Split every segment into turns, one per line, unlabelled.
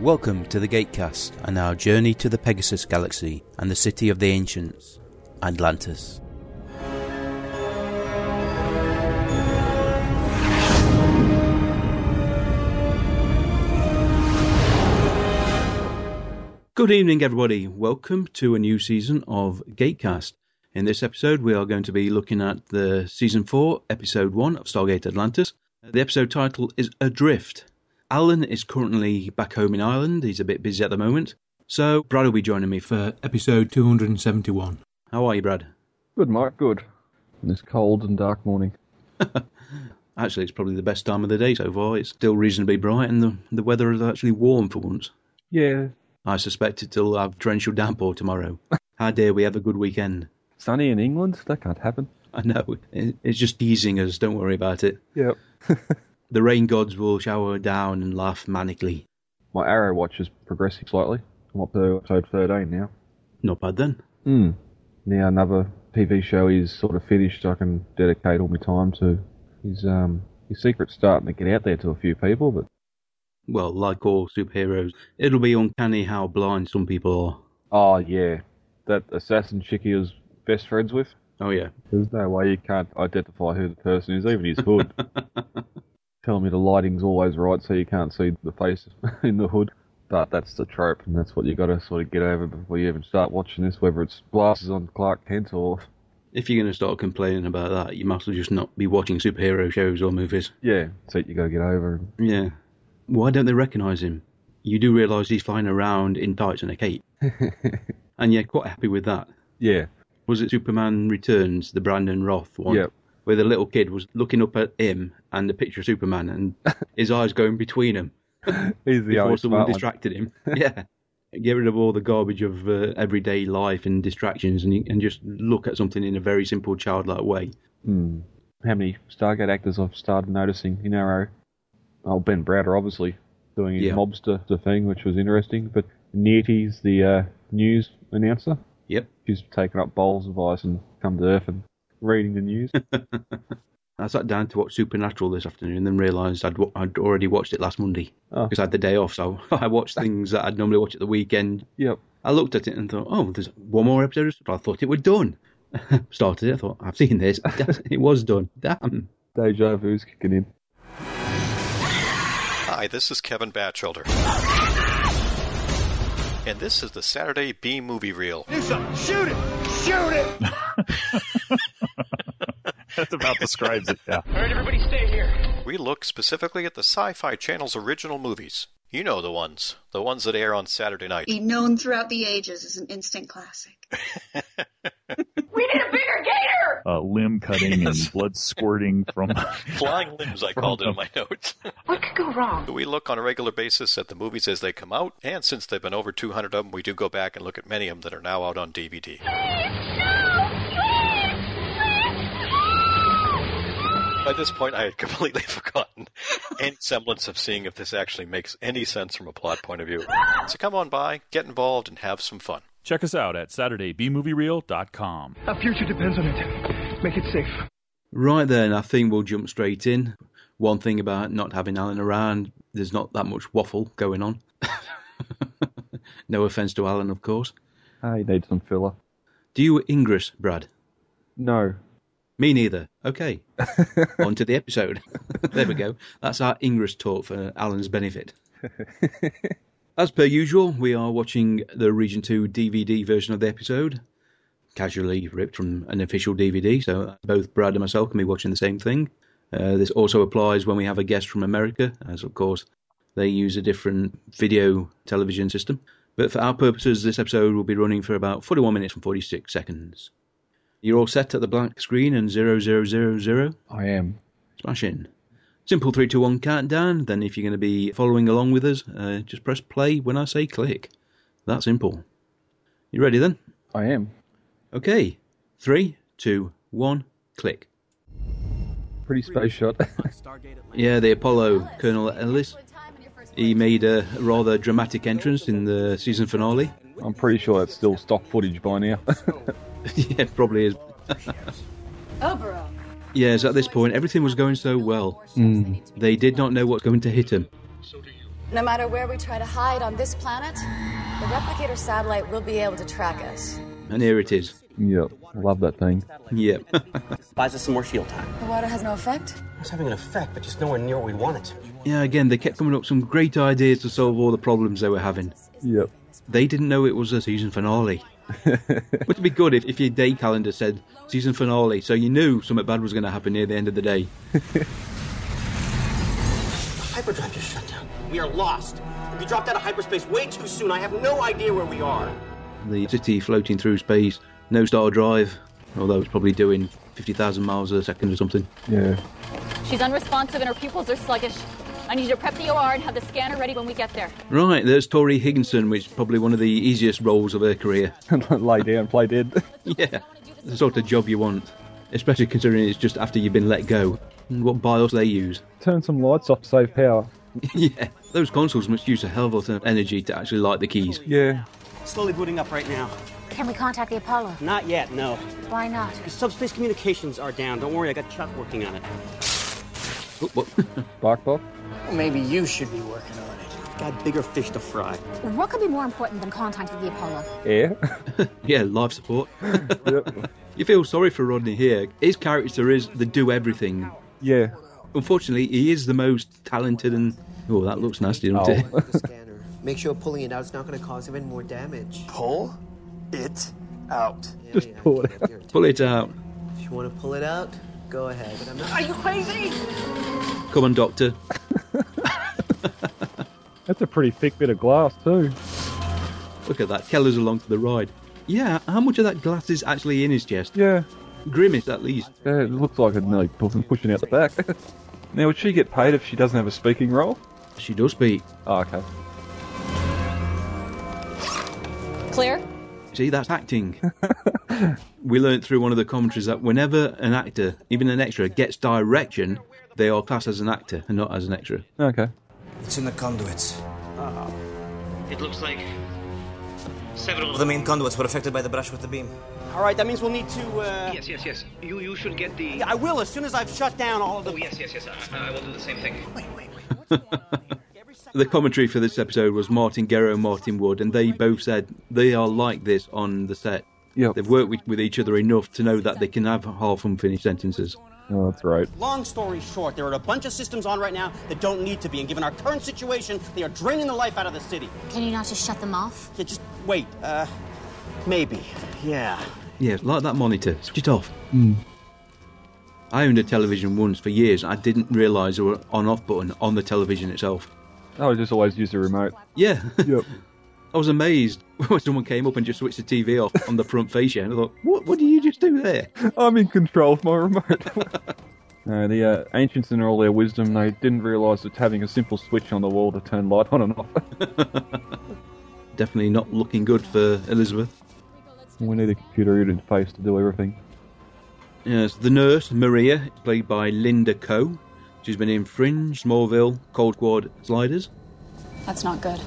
Welcome to the Gatecast and our journey to the Pegasus Galaxy and the city of the ancients, Atlantis. Good evening, everybody. Welcome to a new season of Gatecast. In this episode, we are going to be looking at the season 4, episode 1 of Stargate Atlantis. The episode title is Adrift. Alan is currently back home in Ireland. He's a bit busy at the moment. So, Brad will be joining me for.
episode 271.
How are you, Brad?
Good, Mark. Good. On this cold and dark morning.
Actually, it's probably the best time of the day so far. It's still reasonably bright and the, the weather is actually warm for once.
Yeah.
I suspect it'll have torrential downpour tomorrow. How dare we have a good weekend?
Sunny in England? That can't happen.
I know. It- It's just teasing us. Don't worry about it.
Yep.
The rain gods will shower down and laugh manically.
My arrow watch is progressing slightly. I'm up to episode 13 now.
Not bad then.
Hmm. Now another TV show is sort of finished. I can dedicate all my time to. His um his secret's starting to get out there to a few people, but
Well, like all superheroes, it'll be uncanny how blind some people are.
oh yeah, that assassin chick he was best friends with.
Oh, yeah.
There's no way you can't identify who the person is, even his hood. Tell me the lighting's always right so you can't see the face in the hood. But that's the trope, and that's what you got to sort of get over before you even start watching this, whether it's glasses on Clark Kent or.
If you're going to start complaining about that, you might as well just not be watching superhero shows or movies.
Yeah, so you got to get over.
Yeah. Why don't they recognise him? You do realise he's flying around in tights and a cape. and you're quite happy with that.
Yeah,
Was it Superman Returns, the Brandon Roth one?
Yep.
Where the little kid was looking up at him and the picture of Superman and his eyes going between him
he's the
before
only
someone
smart one.
distracted him. yeah. Get rid of all the garbage of uh, everyday life and distractions and, and just look at something in a very simple, childlike way.
Hmm. How many Stargate actors I've started noticing in Arrow? Oh, Ben Browder, obviously, doing his
Yeah.
mobster thing, which was interesting. But Nearty's the uh, news announcer.
Yep.
She's taken up bowls of ice and come to Earth and reading the news.
I sat down to watch Supernatural this afternoon and then realised I'd, wa- I'd already watched it last Monday
Oh.
because I had the day off. So I watched things that I'd normally watch at the weekend.
yep.
I looked at it and thought, oh, there's one more episode. of Supernatural. I thought it was done. Started it. I thought, I've seen this. it was done. Damn.
Deja vu's kicking in.
Hi, this is Kevin Batchelder. And this is the Saturday B Movie Reel.
Do something. Shoot it. Shoot it.
that about describes it. Yeah.
All right, everybody stay here.
We look specifically at the Sci Fi Channel's original movies. You know the ones, the ones that air on Saturday night.
be known throughout the ages as an instant classic.
Uh, limb cutting and blood squirting from.
Flying limbs, I called it in my notes. What could go wrong? We look on a regular basis at the movies as they come out, and since there have been over 200 of them, we do go back and look at many of them that are now out on DVD. By this point, I had completely forgotten any semblance of seeing if this actually makes any sense from a plot point of view. So come on by, get involved, and have some fun.
Check us out at SaturdayBMovieReel.com.
Our future depends on it. Make it safe.
Right then, I think we'll jump straight in. One thing about not having Alan around, there's not that much waffle going on. no offence to Alan, of course.
Ah, you need some filler.
Do you ingress, Brad?
No.
Me neither. Okay. On to the episode. there we go. That's our Ingress talk for Alan's benefit. As per usual, we are watching the Region 2 DVD version of the episode, casually ripped from an official DVD, so both Brad and myself can be watching the same thing. Uh, this also applies when we have a guest from America, as of course they use a different video television system. But for our purposes, this episode will be running for about 41 minutes and 46 seconds. You're all set at the blank screen and zero zero zero zero.
I am.
Smash in. Simple three, two, one countdown. Then, if you're going to be following along with us, uh, just press play when I say click. That simple. You ready then?
I am.
Okay. Three, two, one, click.
Pretty space shot.
Yeah, the Apollo, Colonel Ellis. He made a rather dramatic entrance in the season finale.
I'm pretty sure that's still stock footage by now.
yeah, probably is.
Oberon.
Yes, at this point, everything was going so well. They did not know what's going to hit him.
No matter where we try to hide on this planet, the replicator satellite will be able to track us.
And here it is.
Yep, love that thing.
Yeah.
Buys us some more shield time.
The water has no effect?
It's having an effect, but just nowhere near what we want it to.
Yeah, again, they kept coming up with some great ideas to solve all the problems they were having.
Yep.
They didn't know it was a season finale. Would it be good if, if your day calendar said season finale, so you knew something bad was going to happen near the end of the day?
Hyperdrive just shut down. We are lost. We dropped out of hyperspace way too soon. I have no idea where we are.
The city floating through space, no star drive, although it's probably doing 50,000 miles a second or something.
Yeah.
She's unresponsive and her pupils are sluggish. I need you to prep the OR and have the scanner ready when we get there.
Right, there's Tori Higginson, which is probably one of the easiest roles of her career.
Lay down, play dead.
Yeah, it's the sort of job you want, especially considering it's just after you've been let go. And What BIOS they use.
Turn some lights off to save power.
yeah, those consoles must use a hell of a lot of energy to actually light the keys.
Yeah.
Slowly booting up right now.
Can we contact the Apollo?
Not yet, no.
Why not?
The subspace communications are down. Don't worry, I got Chuck working on it.
Oh, what?
Bark, bark.
Maybe you should be working on it.
Got bigger fish to fry.
What could be more important than contacting the Apollo?
Yeah.
yeah, life support.
yep.
You feel sorry for Rodney here. His character is the do everything.
Yeah.
Unfortunately, he is the most talented and. Oh, that looks nasty, doesn't it?
Oh.
the scanner. Make sure pulling it out is not going to cause even more damage.
Pull it out.
Yeah,
Just
yeah,
pull
I
it
can't guarantee
Pull it out.
If you want to pull it out, go ahead. But I'm not.
Are you crazy?
Come on, Doctor.
That's a pretty thick bit of glass, too.
Look at that. Keller's along for the ride. Yeah, how much of that glass is actually in his chest?
Yeah.
Grimace, at least.
Yeah, it looks like it's nearly pushing, pushing out the back. now, would she get paid if she doesn't have a speaking role?
She does speak.
Oh, okay.
Clear?
See, that's acting. we learnt through one of the commentaries that whenever an actor, even an extra, gets direction, they are classed as an actor and not as an extra.
Okay.
It's in the conduits.
It looks like several
The main conduits were affected by the brush with the beam.
All right, that means we'll need to. Uh...
Yes, yes, yes. You you should get the.
Yeah, I will as soon as I've shut down all of the.
Oh yes, yes, yes. I, I will do the same thing.
Wait, wait, wait.
The commentary for this episode was Martin Guerrero and Martin Wood, and they both said they are like this on the set.
Yep.
They've worked with, with each other enough to know that they can have half unfinished sentences.
Oh, that's right.
Long story short, there are a bunch of systems on right now that don't need to be, and given our current situation, they are draining the life out of the city.
Can you not just shut them off?
Yeah, just wait. Uh, maybe. Yeah.
Yeah, like that monitor. Switch it off. I owned a television once for years. I didn't realise there were on-off button on the television itself.
I just always use the remote.
Yeah,
Yep.
I was amazed when someone came up and just switched the TV off on the front fascia. And I thought, what, what did you just do there?
I'm in control of my remote. no, the uh, ancients, in all their wisdom, they didn't realise that having a simple switch on the wall to turn light on and off.
Definitely not looking good for Elizabeth.
we need a computer interface to do everything.
Yes, the nurse, Maria, played by Linda Coe. She's been in Fringe, Smallville, Cold Squad, Sliders.
That's not good.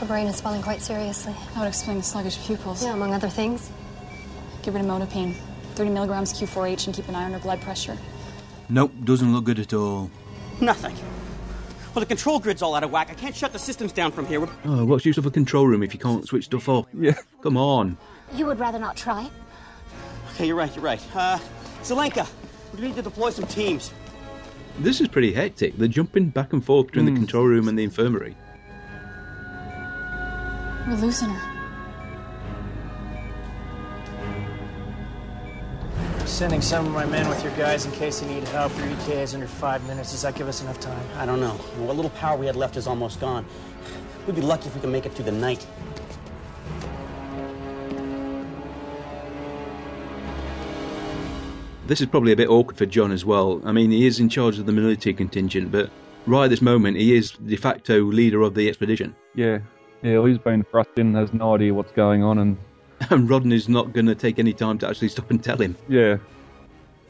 Her brain is swelling quite seriously.
That would explain the sluggish pupils.
Yeah, among other things.
Give her amlodipine, 30 milligrams Q4H, and keep an eye on her blood pressure.
Nope, doesn't look good at all.
Nothing. Well, the control grid's all out of whack. I can't shut the systems down from here. We're...
Oh, what's use of a control room if you can't switch stuff off?
Yeah.
Come on.
You would rather not try?
Okay, you're right. You're right. Uh, Zelenka, we need to deploy some teams.
This is pretty hectic. They're jumping back and forth between the
Hmm.
control room and the infirmary.
We're losing her.
Sending some of my men with your guys in case you need help. Your EK is under five minutes. Does that give us enough time?
I don't know. What little power we had left is almost gone. We'd be lucky if we could make it through the night.
This is probably a bit awkward for John as well. I mean, he is in charge of the military contingent, but right at this moment, he is de facto leader of the expedition.
Yeah. Yeah, well, he's been thrust in, has no idea what's going on, and
And Rodney's not going to take any time to actually stop and tell him.
yeah.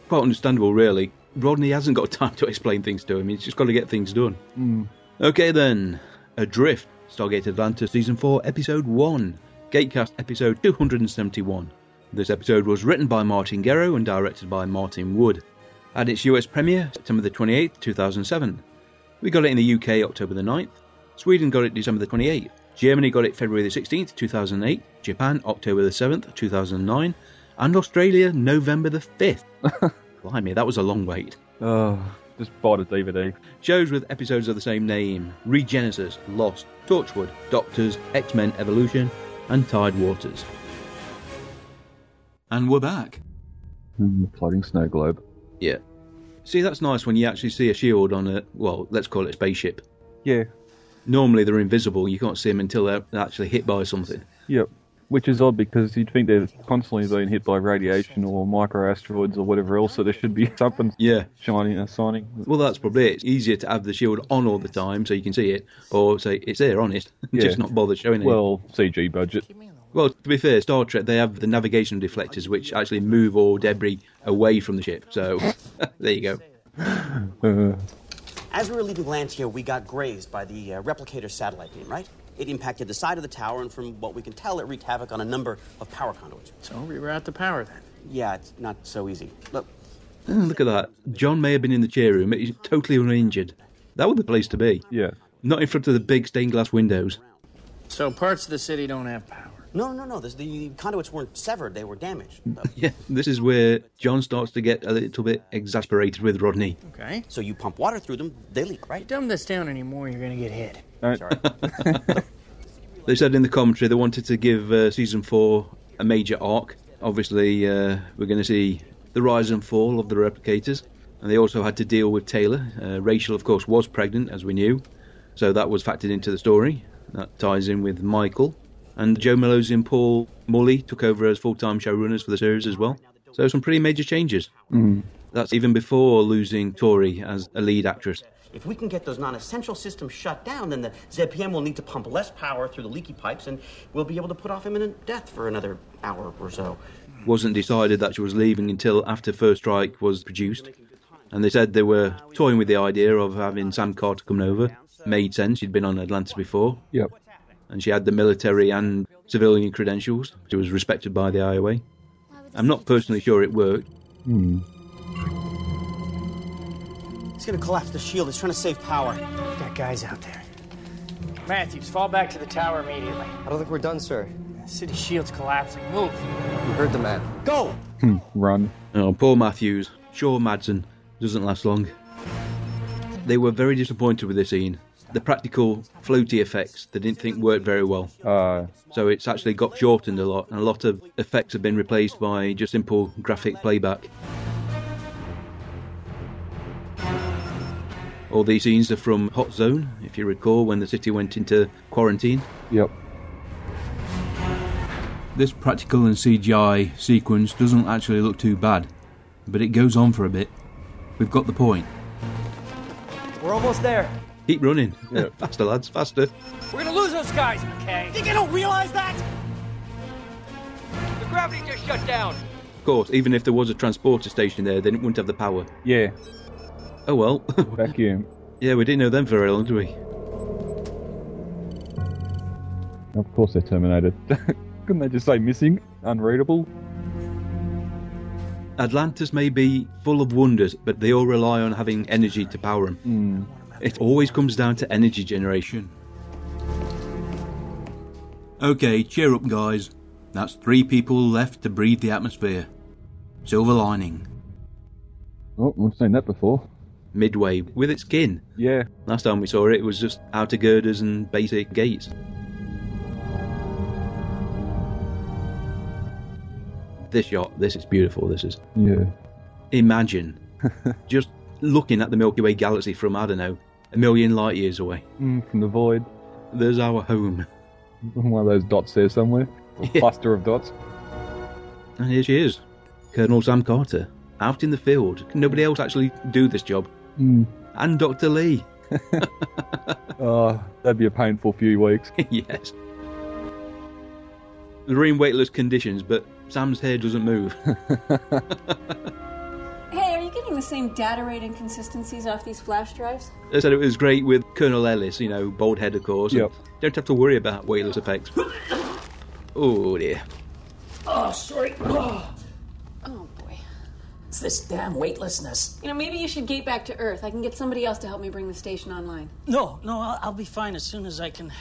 Quite understandable, really. Rodney hasn't got time to explain things to him, he's just got to get things done. Okay, then. Adrift, Stargate Atlanta Season 4, Episode 1, Gatecast Episode 271. This episode was written by Martin Guerrero and directed by Martin Wood. Had its US premiere September the 28th, 2007. We got it in the UK October the 9th. Sweden got it December the 28th. Germany got it February the 16th, 2008. Japan, October the 7th, 2009. And Australia, November the 5th. Blimey, that was a long wait.
Oh, just bought a DVD.
Shows with episodes of the same name Regenesis, Lost, Torchwood, Doctors, X Men Evolution, and Tide Waters.
And we're back.
Mm, the floating snow globe.
Yeah. See, that's nice when you actually see a shield on a, well, let's call it a spaceship.
Yeah.
Normally they're invisible, you can't see them until they're actually hit by something.
Yep. Which is odd because you'd think they're constantly being hit by radiation or microasteroids or whatever else, so there should be something
Yeah.
shining and signing.
Well, that's probably it. It's easier to have the shield on all the time so you can see it, or say it's there, honest, just
Yeah.
not bother showing it.
Well, CG budget.
Well, to be fair, Star Trek they have the navigation deflectors which actually move all debris away from the ship. So there you go.
Uh,
As we were leaving Lancia, we got grazed by the uh, replicator satellite beam, right? It impacted the side of the tower, and from what we can tell, it wreaked havoc on a number of power conduits.
So reroute the power then.
Yeah, it's not so easy. Look,
Oh, look at that. John may have been in the chair room, but he's totally uninjured. That was the place to be.
yeah.
Not in front of the big stained glass windows.
So parts of the city don't have power.
no, no, no, no. This, the conduits weren't severed; they were damaged. Uh,
Yeah, this is where John starts to get a little bit exasperated with Rodney.
Okay.
so you pump water through them; they leak, right?
Dumb this down anymore, you're gonna get hit.
Sorry.
They said in the commentary they wanted to give uh, season four a major arc. Obviously, uh, we're going to see the rise and fall of the replicators, and they also had to deal with Taylor. Uh, Rachel, of course, was pregnant, as we knew, so that was factored into the story. That ties in with Michael, and Joe Mellows and Paul Morley took over as full-time showrunners for the series as well. So some pretty major changes. That's even before losing Tori as a lead actress.
If we can get those non-essential systems shut down, then the ZPM will need to pump less power through the leaky pipes, and we'll be able to put off imminent death for another hour or so.
wasn't decided that she was leaving until after First Strike was produced. And they said they were toying with the idea of having Sam Carter come over. Made sense, she'd been on Atlantis before,
Yep.
and she had the military and civilian credentials. She was respected by the IOA. I'm not personally sure it worked.
It's gonna collapse the shield. It's trying to save power.
We've got guys out there. Matthews, fall back to the tower immediately.
I don't think we're done, sir.
The city shield's collapsing. Move.
You heard the man.
Go!
Run.
Oh, poor Matthews. Sure, Madsen. Doesn't last long. They were very disappointed with this scene. The practical floaty effects they didn't think worked very well.
Uh,
So it's actually got shortened a lot, and a lot of effects have been replaced by just simple graphic playback. All these scenes are from Hot Zone, if you recall, when the city went into quarantine.
yep.
This practical and CGI sequence doesn't actually look too bad, but it goes on for a bit. We've got the point.
We're almost there.
Keep running. faster, lads, faster.
We're gonna lose those guys, McKay.
Think I don't realize that?
The gravity just shut down.
Of course, even if there was a transporter station there, then it wouldn't have the power.
Yeah.
Oh well.
Vacuum.
yeah, we didn't know them for very long, did we?
Of course they're terminated. Couldn't they just say missing? Unreadable?
Atlantis may be full of wonders, but they all rely on having energy to power them.
Hmm.
It always comes down to energy generation.
Okay, cheer up, guys. That's three people left to breathe the atmosphere. Silver lining.
Oh, we've seen that before.
Midway, with its kin.
Yeah.
Last time we saw it, it was just outer girders and basic gates. This yacht, this is beautiful. This is.
Yeah.
Imagine just looking at the Milky Way galaxy from, I don't know, a million light years away.
Mm, from the void.
There's our home.
One of those dots there somewhere. A
Yeah.
cluster of dots.
And here she is, Colonel Sam Carter, out in the field. Can nobody else actually do this job?
Mm.
And Dr. Lee.
Uh, that'd be a painful few weeks.
yes. They're in weightless conditions, but Sam's hair doesn't move.
Hey, are you getting the same data rate inconsistencies off these flash drives?
They said it was great with Colonel Ellis, you know, bald head, of course. and
Yep.
Don't have to worry about weightless effects. oh, dear.
Oh, sorry. Oh, boy.
It's this damn weightlessness.
You know, maybe you should gate back to Earth. I can get somebody else to help me bring the station online.
No, no, I'll, I'll be fine as soon as I can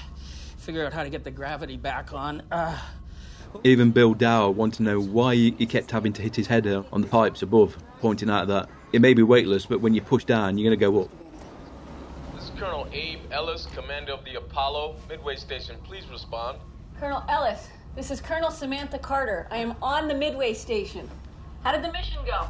figure out how to get the gravity back on. Uh,
Even Bill Dower wanted to know why he kept having to hit his head uh, on the pipes above, pointing out that it may be weightless, but when you push down, you're going to go up.
This is Colonel Abe Ellis, commander of the Apollo Midway Station. Please respond.
Colonel Ellis, this is Colonel Samantha Carter. I am on the Midway Station. How did the mission go?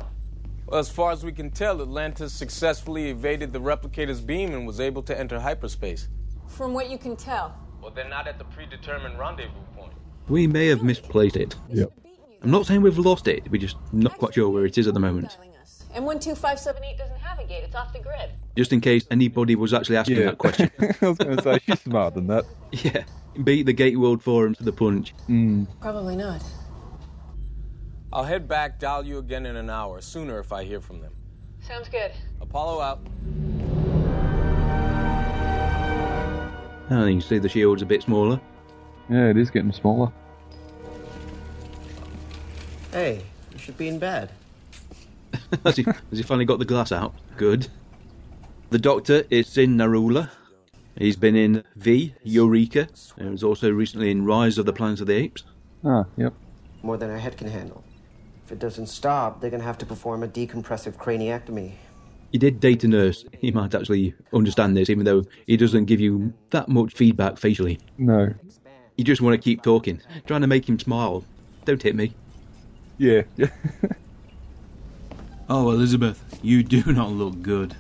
Well, as far as we can tell, Atlantis successfully evaded the replicator's beam and was able to enter hyperspace.
From what you can tell.
Well, they're not at the predetermined rendezvous point.
We may have misplaced it. I'm not saying we've lost it, we're just not quite sure where it is at the moment.
M12578 doesn't have a gate, it's off the grid.
Just in case anybody was actually asking
Yeah.
that question.
I was going to say, she's smarter than that.
Yeah. Beat the Gate World Forum to the punch. Mm.
Probably not.
I'll head back, dial you again in an hour, sooner if I hear from them.
Sounds good.
Apollo out.
And you can see the shield's a bit smaller.
Yeah, it is getting smaller.
Hey, you should be in bed.
has, he, has he finally got the glass out? Good. The Doctor is in Narula. He's been in V, Eureka, and was also recently in Rise of the Planet of the Apes.
Ah, yep.
More than our head can handle. If it doesn't stop, they're gonna have to perform a decompressive craniectomy.
He did Data Nurse. He might actually understand this, even though he doesn't give you that much feedback facially.
No.
You just want to keep talking, trying to make him smile. Don't hit me.
Yeah.
Oh, Elizabeth, you do not look good.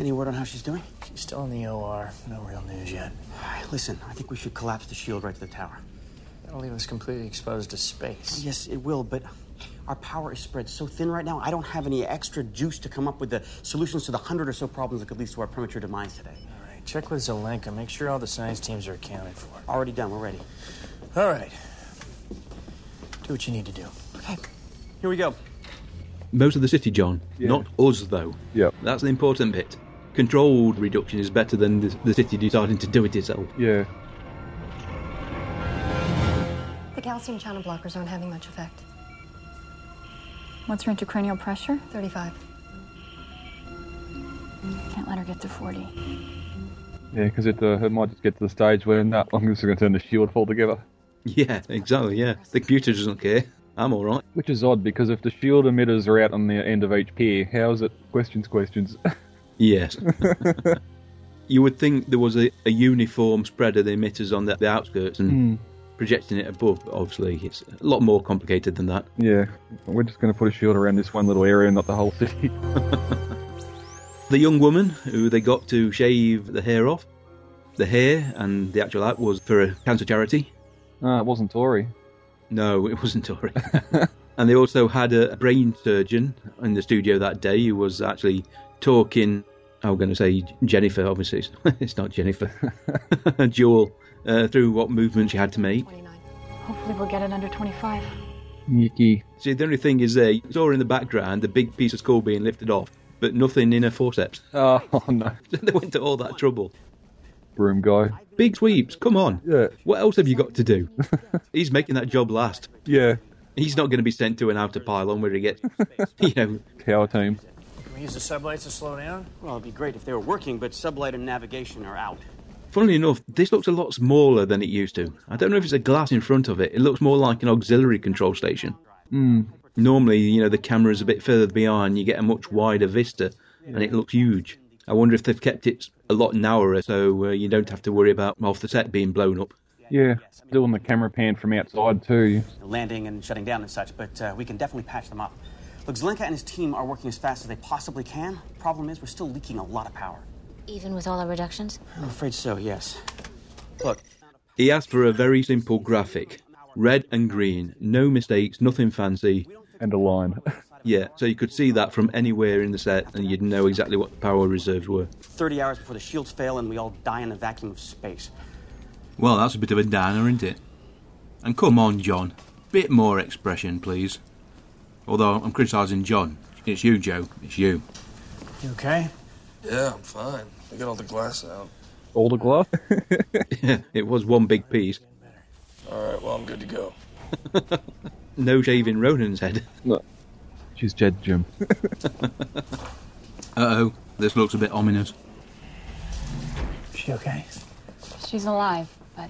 Any word on how she's doing?
She's still in the OR. No real news yet.
Listen, I think we should collapse the shield right to the tower.
That'll leave us completely exposed to space.
Yes, it will, but our power is spread so thin right now, I don't have any extra juice to come up with the solutions to the hundred or so problems that could lead to our premature demise today.
All right, check with Zelenka. Make sure all the science teams are accounted for.
Already done, we're ready.
All right. Do what you need to do. Okay.
Here we go.
Most of the city, John.
Yeah.
Not us, though.
Yep.
That's the important bit. Controlled reduction is better than the, the city deciding to do it itself.
Yeah.
The calcium channel blockers aren't having much effect.
What's her intracranial pressure?
35.
Can't let her get to 40.
Yeah, because it, uh, it might just get to the stage where, nah, I'm just going to turn the shield all together.
Yeah, exactly, yeah. The computer doesn't care. I'm alright.
Which is odd, because if the shield emitters are out on the end of each pier, how is it? Questions, questions.
Yes. you would think there was a, a uniform spread of the emitters on the, the outskirts and
Hmm.
projecting it above, but obviously it's a lot more complicated than that.
yeah, we're just going to put a shield around this one little area, not the whole city.
The young woman who they got to shave the hair off, the hair and the actual act was for a cancer charity.
Ah, it wasn't Tory.
No, it wasn't Tory. and they also had a brain surgeon in the studio that day who was actually talking. I'm going to say Jennifer, obviously. It's, it's not Jennifer. Jewel, uh, through what movement she had to make.
Hopefully, we'll get it under 25.
Yucky.
See, the only thing is there, you saw in the background the big piece of skull being lifted off, but nothing in her forceps.
Oh, no.
they went to all that trouble.
Broom guy.
Big sweeps, come on.
Yeah.
What else have you got to do? He's making that job last.
Yeah.
He's not going to be sent to an outer pylon where he gets, you know,
Tower team.
Can we use the sublights to slow down? Well, it'd be great if they were working, but sublight and navigation are out.
Funnily enough, this looks a lot smaller than it used to. I don't know if it's a glass in front of it. It looks more like an auxiliary control station.
Hmm.
Normally, you know, the camera's a bit further behind, you get a much wider vista, and it looks huge. I wonder if they've kept it a lot narrower so uh, you don't have to worry about off the set being blown up.
Yeah, doing the camera pan from outside too.
landing and shutting down and such, but uh, we can definitely patch them up. Look, Zelenka and his team are working as fast as they possibly can. Problem is, we're still leaking a lot of power.
Even with all our reductions?
I'm afraid so, yes. Look,
He asked for a very simple graphic red and green, no mistakes, nothing fancy.
And a line.
yeah, so you could see that from anywhere in the set and you'd know exactly what the power reserves were.
30 hours before the shields fail and we all die in the vacuum of space.
Well, that's a bit of a downer, isn't it? And come on, John. Bit more expression, please. Although I'm criticising John. It's you, Joe. It's you.
You okay?
Yeah, I'm fine. I got all the glass out.
Older glove?
yeah, it was one big piece.
All right, well, I'm good to go.
No shaving Ronan's head.
No. She's dead, Jim.
Uh oh, this looks a bit ominous.
She okay?
She's alive, but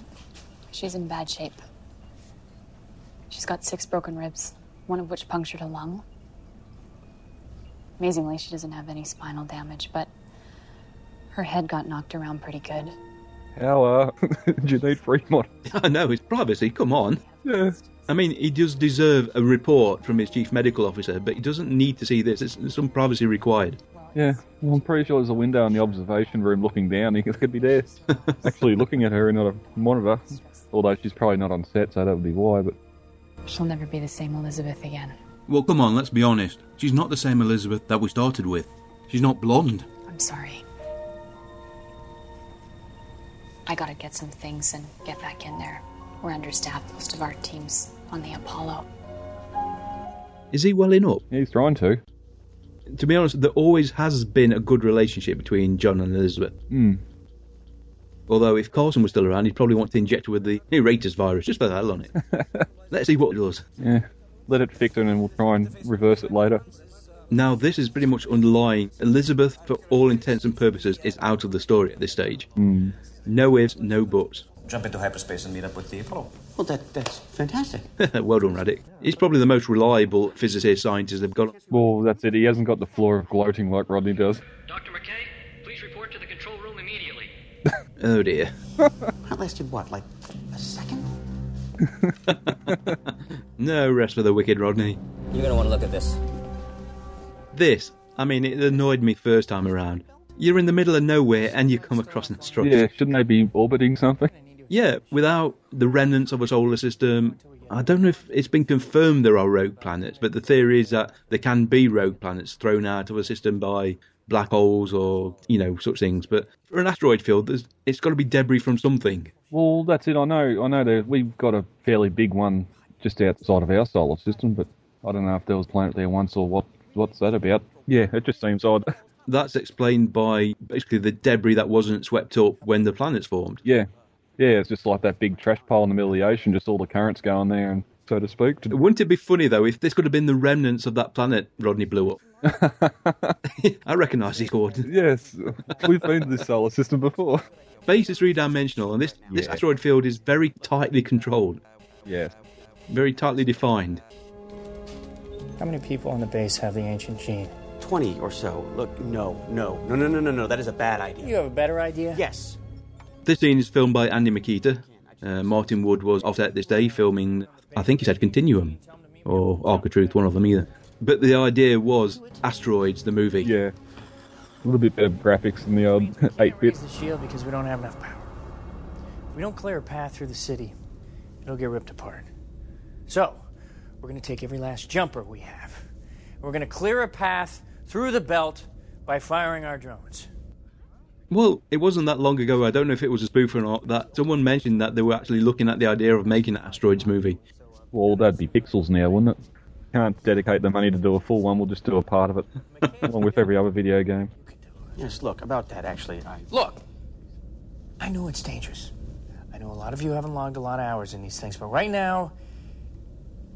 she's in bad shape. She's got six broken ribs, one of which punctured a lung. Amazingly, she doesn't have any spinal damage, but her head got knocked around pretty good.
How uh, do you need Fremont?
I know, his privacy, come on. Yeah. I mean, he does deserve a report from his chief medical officer, but he doesn't need to see this. It's, there's some privacy required.
Yeah, well, I'm pretty sure there's a window in the observation room looking down. He could be there, actually looking at her and not a monitor. Although she's probably not on set, so that would be why. But
She'll never be the same Elizabeth again.
Well, come on, let's be honest. She's not the same Elizabeth that we started with. She's not blonde.
I'm sorry. I gotta get some things and get back in there. We're understaffed, most of our team's on the Apollo.
Is he welling up?
he's trying to.
To be honest, there always has been a good relationship between John and Elizabeth.
Mm.
Although, if Carson was still around, he'd probably want to inject her with the Eratus virus just for the hell on it. Let's see what it does.
Yeah, let it fix it, and we'll try and reverse it later.
Now, this is pretty much underlying. Elizabeth, for all intents and purposes, is out of the story at this stage.
Mm.
No ifs, no buts.
Jump into hyperspace and meet up with the Apollo. Well, that, that's fantastic.
well done, Raddick. He's probably the most reliable physicist scientist they've got.
Well, that's it. He hasn't got the floor of gloating like Rodney does.
Oh dear.
that lasted what, like a second?
No rest for the wicked, Rodney.
You're going to want to look at this.
This, I mean, it annoyed me first time around. You're in the middle of nowhere and you come across an instructor.
Yeah, shouldn't they be orbiting something?
Yeah, without the remnants of a solar system, I don't know if it's been confirmed there are rogue planets, but the theory is that there can be rogue planets thrown out of a system by black holes or, you know, such things. But for an asteroid field, there's, it's got to be debris from something.
Well, that's it. I know. I know that we've got a fairly big one just outside of our solar system, but I don't know if there was a planet there once or what. What's that about? Yeah, it just seems odd.
That's explained by basically the debris that wasn't swept up when the planets formed.
Yeah, yeah. It's just like that big trash pile in the middle of the ocean. Just all the currents going there, and so to speak. to-
Wouldn't it be funny though if this could have been the remnants of that planet Rodney blew up? I recognise these coordinates.
Yes, we've been to this solar system before.
Space is three dimensional, and this this
Yeah.
asteroid field is very tightly controlled,
Yeah.
very tightly defined.
How many people on the base have the ancient gene?
20 or so. Look, no, no, no, no, no, no, no. That is a bad idea.
You have a better idea?
Yes.
This scene is filmed by Andy Makita. Uh, Martin Wood was offset this day filming, I think he said Continuum or Arcatruth, one of them either. But the idea was Asteroids, the movie.
Yeah. A little bit better graphics than the old 8 bit.
Raise the shield because we don't have enough power. If we don't clear a path through the city, it'll get ripped apart. So, we're going to take every last jumper we have. and We're going to clear a path through the belt by firing our drones.
Well, it wasn't that long ago. I don't know if it was a spoof or not. That someone mentioned that they were actually looking at the idea of making an asteroids movie.
Well, that'd be pixels now, wouldn't it? Can't dedicate the money to do a full one. We'll just do a part of it, along with every other video game.
Yes, look, about that, actually. I...
Look! I know it's dangerous. I know a lot of you haven't logged a lot of hours in these things, but right now,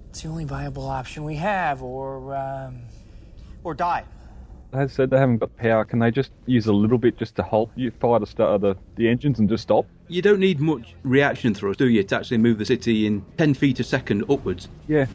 it's the only viable option we have, or, um.
Or die.
They said they haven't got power. Can they just use a little bit just to halt you fire the start of the, the engines and just stop?
You don't need much reaction thrust, do you, to actually move the city in 10 feet a second upwards?
Yeah.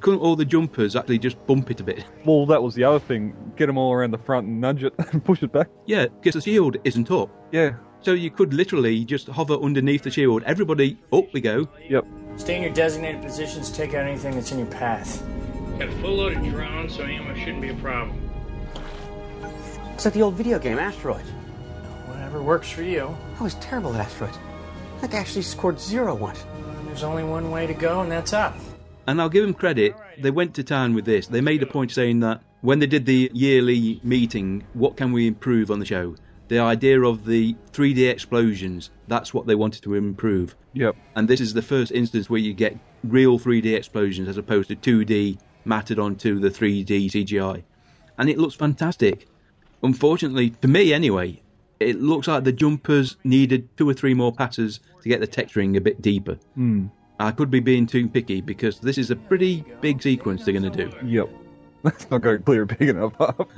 Couldn't all the jumpers actually just bump it a bit?
Well, that was the other thing. Get them all around the front and nudge it and push it back.
Yeah, because the shield isn't up.
Yeah.
So you could literally just hover underneath the shield. Everybody, up we go.
Yep.
Stay in your designated positions, take out anything that's in your path.
Got a full load of drones, so ammo shouldn't be a problem.
It's like the old video game, Asteroid.
Whatever works for you.
I was terrible at Asteroid. I think I actually scored zero once.
There's only one way to go, and that's up.
And I'll give them credit, they went to town with this. They made a point of saying that when they did the yearly meeting, what can we improve on the show? The idea of the 3D explosions, that's what they wanted to improve.
Yep.
And this is the first instance where you get real 3D explosions as opposed to 2D matted onto the 3D CGI. And it looks fantastic. Unfortunately, to me anyway, it looks like the jumpers needed two or three more passes to get the texturing a bit deeper.
Hmm.
I could be being too picky because this is a pretty big sequence they're going to do.
Yep. That's not going to clear big enough up.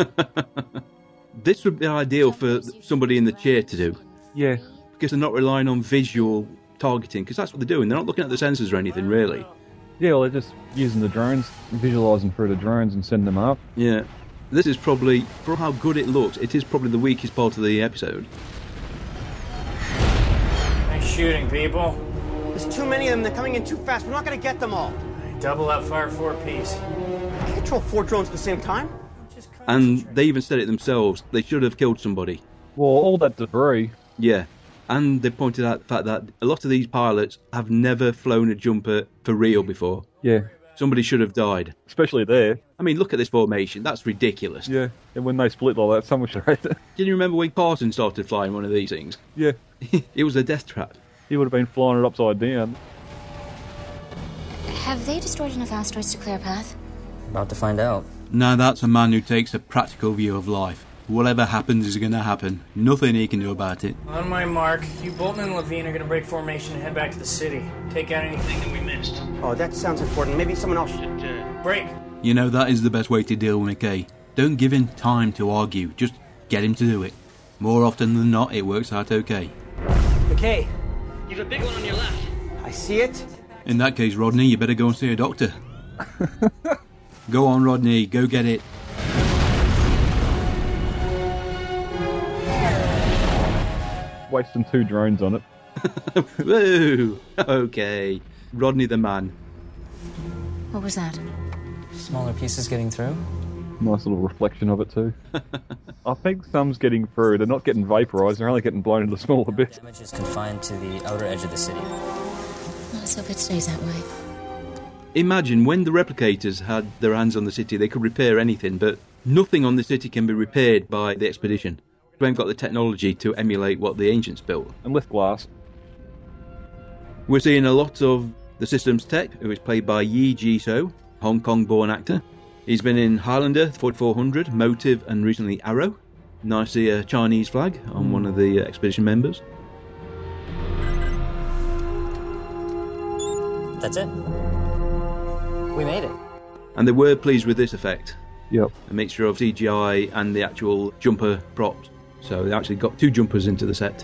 this would be ideal for somebody in the chair to do.
Yeah.
Because they're not relying on visual targeting, because that's what they're doing. They're not looking at the sensors or anything, really.
Yeah, well, they're just using the drones, visualizing through the drones and sending them up.
Yeah. This is probably, for how good it looks, it is probably the weakest part of the episode.
Nice shooting, people.
There's too many of them. They're coming in too fast. We're not going to get them all.
Double up, fire four piece.
Can control four drones at the same time?
And they even said it themselves. They should have killed somebody.
Well, all that debris.
Yeah. And they pointed out the fact that a lot of these pilots have never flown a jumper for real before.
Yeah.
Somebody should have died.
Especially there.
I mean, look at this formation. That's ridiculous.
Yeah. And when they split like that, someone should have it.
Can you remember when Parson started flying one of these things?
Yeah.
it was a death trap.
He would have been flying it upside down.
Have they destroyed enough asteroids to clear a path?
About to find out. Now that's a man who takes a practical view of life. Whatever happens is going to happen. Nothing he can do about it.
On my mark, you, Bolton, and Levine are going to break formation and head back to the city. Take out anything that we missed.
Oh, that sounds important. Maybe someone else should.
Break.
You know, that is the best way to deal with McKay. Don't give him time to argue, just get him to do it. More often than not, it works out okay.
McKay,
You've a big one on your left.
I see it.
In that case, Rodney, you better go and see a doctor. go on, Rodney, go get it.
Wasting two drones on it.
Woo! Okay. Rodney the man.
What was that?
Smaller pieces getting through?
Nice little reflection of it, too. I think some's getting through. They're not getting vaporized, they're only getting blown into smaller bits.
Damage is confined to the outer edge of the city.
Let's hope it stays that way.
Imagine when the replicators had their hands on the city, they could repair anything, but nothing on the city can be repaired by the expedition. We haven't got the technology to emulate what the ancients built.
Unless glass.
We're seeing a lot of the system's tech, who is played by Yi Ji So, Hong Kong born actor. He's been in Highlander, 4400, Motive, and recently Arrow. Nice to see a Chinese flag on one of the uh, expedition members.
That's it. We made it.
And they were pleased with this effect
Yep.
a mixture of CGI and the actual jumper props. So they actually got two jumpers into the set.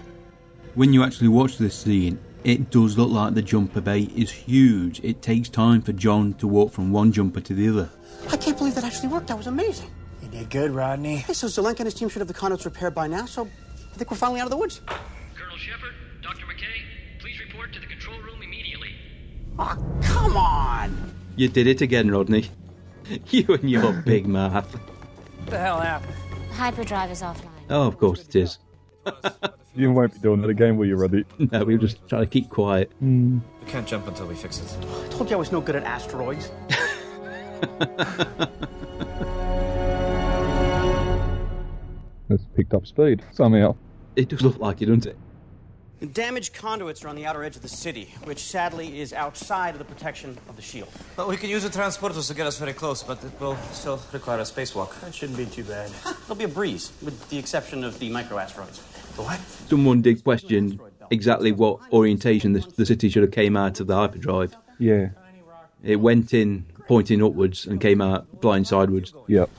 When you actually watch this scene, it does look like the jumper bay is huge. It takes time for John to walk from one jumper to the other.
I can't believe that actually worked. That was amazing.
You did good, Rodney.
Hey, so Zelenka and his team should have the conduits repaired by now, so I think we're finally out of the woods.
Colonel Shepard, Dr. McKay, please report to the control room immediately.
Oh, come on!
You did it again, Rodney. You and your big math.
What the hell happened?
Hyperdrive is offline.
Oh, of course it is.
You won't be doing that again, will you, Rodney?
No, we were just trying to keep quiet.
We can't jump until we fix it.
I told you I was no good at asteroids.
It's picked up speed somehow.
It does look like it, doesn't it?
The damaged conduits are on the outer edge of the city, which sadly is outside of the protection of the shield.
But we could use the transporters to get us very close, but it will still require a spacewalk. That shouldn't be too bad.
There'll be a breeze, with the exception of the microasteroids. The what?
Someone did question exactly what orientation the, the city should have came out of the hyperdrive.
Yeah.
It went in pointing upwards and came out blind sidewards.
Yep.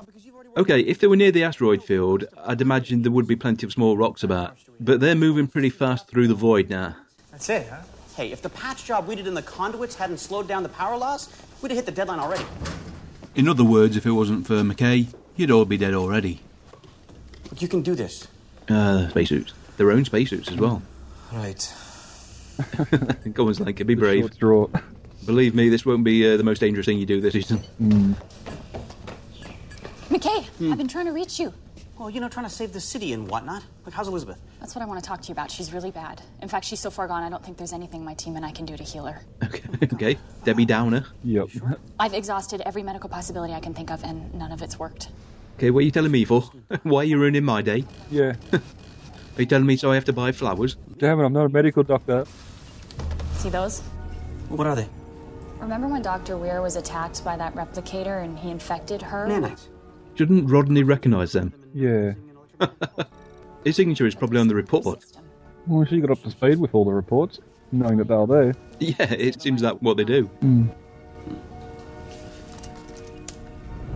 Okay, if they were near the asteroid field, I'd imagine there would be plenty of small rocks about. But they're moving pretty fast through the void now.
That's it, huh? Hey, if the patch job we did in the conduits hadn't slowed down the power loss, we'd have hit the deadline already.
In other words, if it wasn't for McKay, you'd all be dead already.
Look, you can do this.
Uh, spacesuits. Their own spacesuits as well.
Right.
Go on, Slanker, be brave.
Short straw.
Believe me, this won't be uh, the most dangerous thing you do this season.
McKay, I've been trying to reach you.
Well, you know, trying to save the city and whatnot. Like, how's Elizabeth?
That's what I want to talk to you about. She's really bad. In fact, she's so far gone, I don't think there's anything my team and I can do to heal her.
okay, Debbie Downer.
Yep.
I've exhausted every medical possibility I can think of, and none of it's worked.
Okay, what are you telling me for? Why are you ruining my day?
Yeah.
Are you telling me so I have to buy flowers?
Damn it, I'm not a medical doctor.
See those?
What are they?
Remember when Dr. Weir was attacked by that replicator and he infected her?
Nanites.
Shouldn't Rodney recognise them?
Yeah.
His signature is probably on the report.
Well, she got up to speed with all the reports, knowing that they were there.
Yeah, it seems that what they do.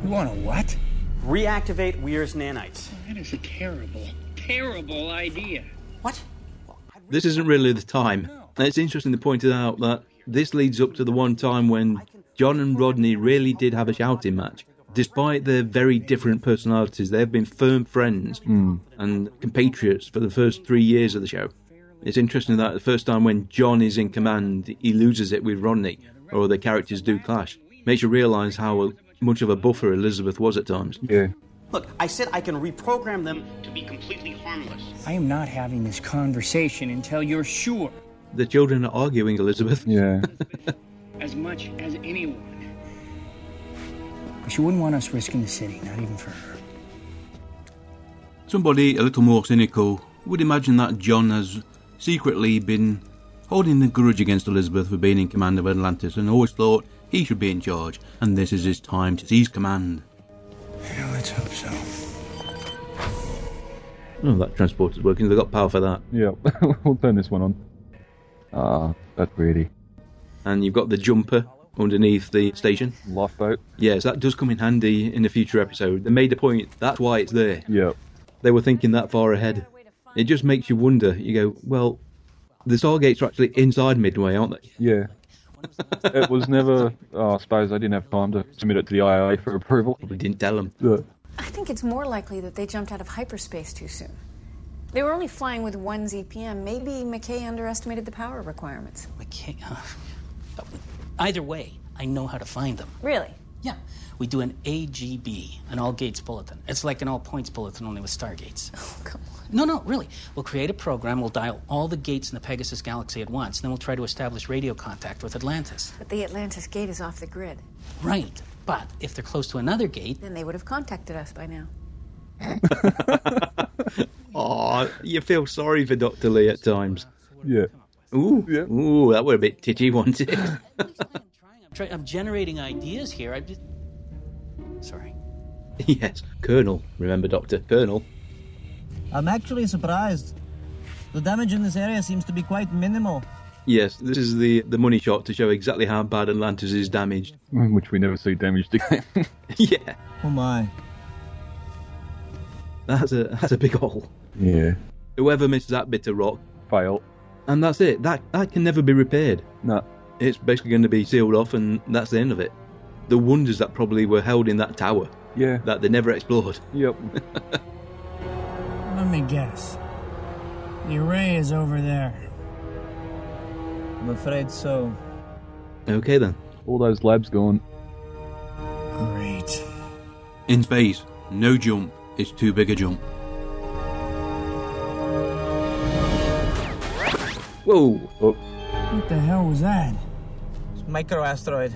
You want to what? Reactivate Weir's nanites. That is a terrible.
Terrible idea. What?
This isn't really the time. And It's interesting to point it out that this leads up to the one time when John and Rodney really did have a shouting match. Despite their very different personalities, they've been firm friends and compatriots for the first three years of the show. It's interesting that the first time when John is in command, he loses it with Rodney, or the characters do clash. Makes you realise how much of a buffer Elizabeth was at times. Yeah.
Look, I said I can reprogram them
To be completely harmless.
I am not having this conversation until you're sure,
The children are arguing, Elizabeth. Yeah.
As much as anyone.
but you wouldn't want us risking the city, not even for her.
Somebody a little more cynical would imagine that John has secretly been holding a grudge against Elizabeth for being in command of Atlantis and always thought he should be in charge and this is his time to seize command.
Yeah, let's hope so.
Oh, that transporter's working. They've got power for that.
Yeah, we'll turn this one on. Ah, that's greedy.
And you've got the jumper underneath the station.
Lifeboat.
Yes, that does come in handy in a future episode. They made a point. That's why it's there.
Yeah.
They were thinking that far ahead. It just makes you wonder. You go, well, the Stargates are actually inside Midway, aren't they?
Yeah. it was never. Oh, I suppose I didn't have time to submit it to the IAA for approval.
We didn't tell them.
I think it's more likely that they jumped out of hyperspace too soon. They were only flying with one ZPM. Maybe McKay underestimated the power requirements.
McKay, uh, Either way, I know how to find them.
Really?
Yeah. We do an AGB, an all gates bulletin. It's like an all points bulletin, only with stargates. Oh, come on. No, no, really. We'll create a program. We'll dial all the gates in the Pegasus Galaxy at once. Then we'll try to establish radio contact with Atlantis.
But the Atlantis gate is off the grid.
Right. But if they're close to another gate,
Then they would have contacted us by now.
Oh, you feel sorry for Dr. Lee at times.
Yeah.
Ooh, ooh, that were a bit titchy, wasn't it?
I'm, try- I'm generating ideas here. I just... Sorry.
yes, Colonel. Remember, Doctor, Colonel.
I'm actually surprised. The damage in this area seems to be quite minimal.
Yes, this is the, the money shot to show exactly how bad Atlantis is damaged.
Which we never see damaged again.
yeah.
Oh my.
That's a that's a big hole.
Yeah.
Whoever missed that bit of rock,
fail.
And that's it. That that can never be repaired.
No.
It's basically going to be sealed off, and that's the end of it. The wonders that probably were held in that tower.
Yeah.
That they never explored.
Yep.
Let me guess. The array is over there.
I'm afraid so.
okay then.
All those labs gone.
Great.
In space, no jump is too big a jump.
Whoa.
Oh.
What the hell was that?
It's microasteroid.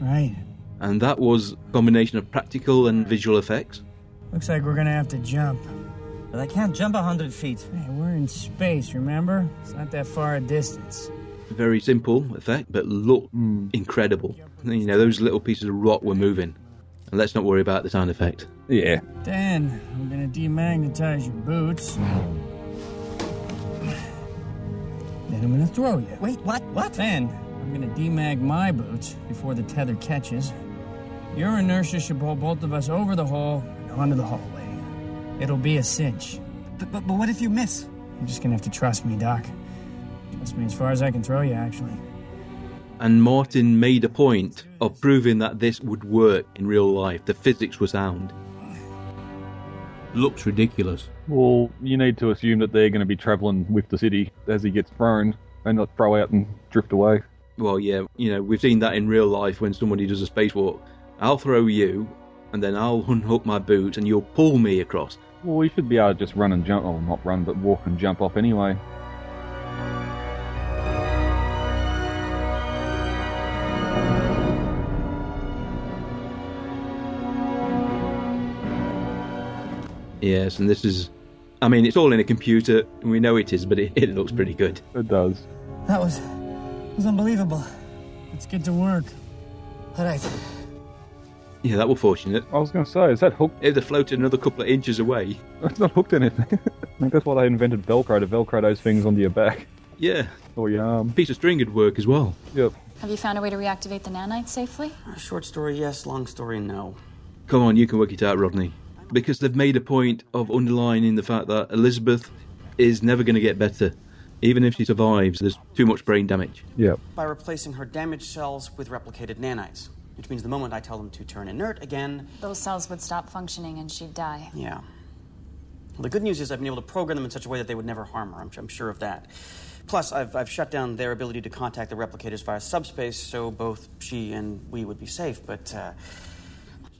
Right.
And that was a combination of practical and visual effects.
Looks like we're gonna have to jump.
But I can't jump a hundred feet.
Hey, we're in space, remember? It's not that far a distance.
Very simple effect, but look incredible. You know, those little pieces of rock were moving. And let's not worry about the sound effect.
Yeah.
Then I'm gonna demagnetize your boots. Then I'm gonna throw you.
Wait, what? What?
Then I'm gonna demag my boots before the tether catches. Your inertia should pull both of us over the hole and onto the hallway. It'll be a cinch.
But, but, but what if you miss?
You're just gonna have to trust me, Doc. Trust me as far as I can throw you, actually.
And Martin made a point of proving that this would work in real life. The physics were sound.
Looks ridiculous.
Well, you need to assume that they're going to be travelling with the city as he gets thrown and not throw out and drift away.
Well, yeah, you know, we've seen that in real life when somebody does a spacewalk. I'll throw you, and then I'll unhook my boot, and you'll pull me across.
Well, we should be able to just run and jump. Oh, not run, but walk and jump off anyway.
Yes, and this is. I mean, it's all in a computer, and we know it is, but it, it looks pretty good.
It does.
That was. It was unbelievable.
Let's get to work.
All right.
Yeah, that were fortunate.
I was going to say, is that hooked?
If they floated another couple of inches away,
It's not hooked anything. I think that's why they invented Velcro to Velcro those things onto your back. Oh, um,
yeah,
Or your arm.
Piece of string would work as well.
Yep.
Have you found a way to reactivate the nanites safely?
Uh, Short story, yes. Long story, no.
Come on, you can work it out, Rodney. Because they've made a point of underlining the fact that Elizabeth is never going to get better. Even if she survives, there's too much brain damage.
Yep.
By replacing her damaged cells with replicated nanites, which means the moment I tell them to turn inert again,
Those cells would stop functioning and she'd die.
yeah. Well, the good news is I've been able to program them in such a way that they would never harm her. I'm, I'm sure of that. Plus, I've, I've shut down their ability to contact the replicators via subspace, so both she and we would be safe. But uh,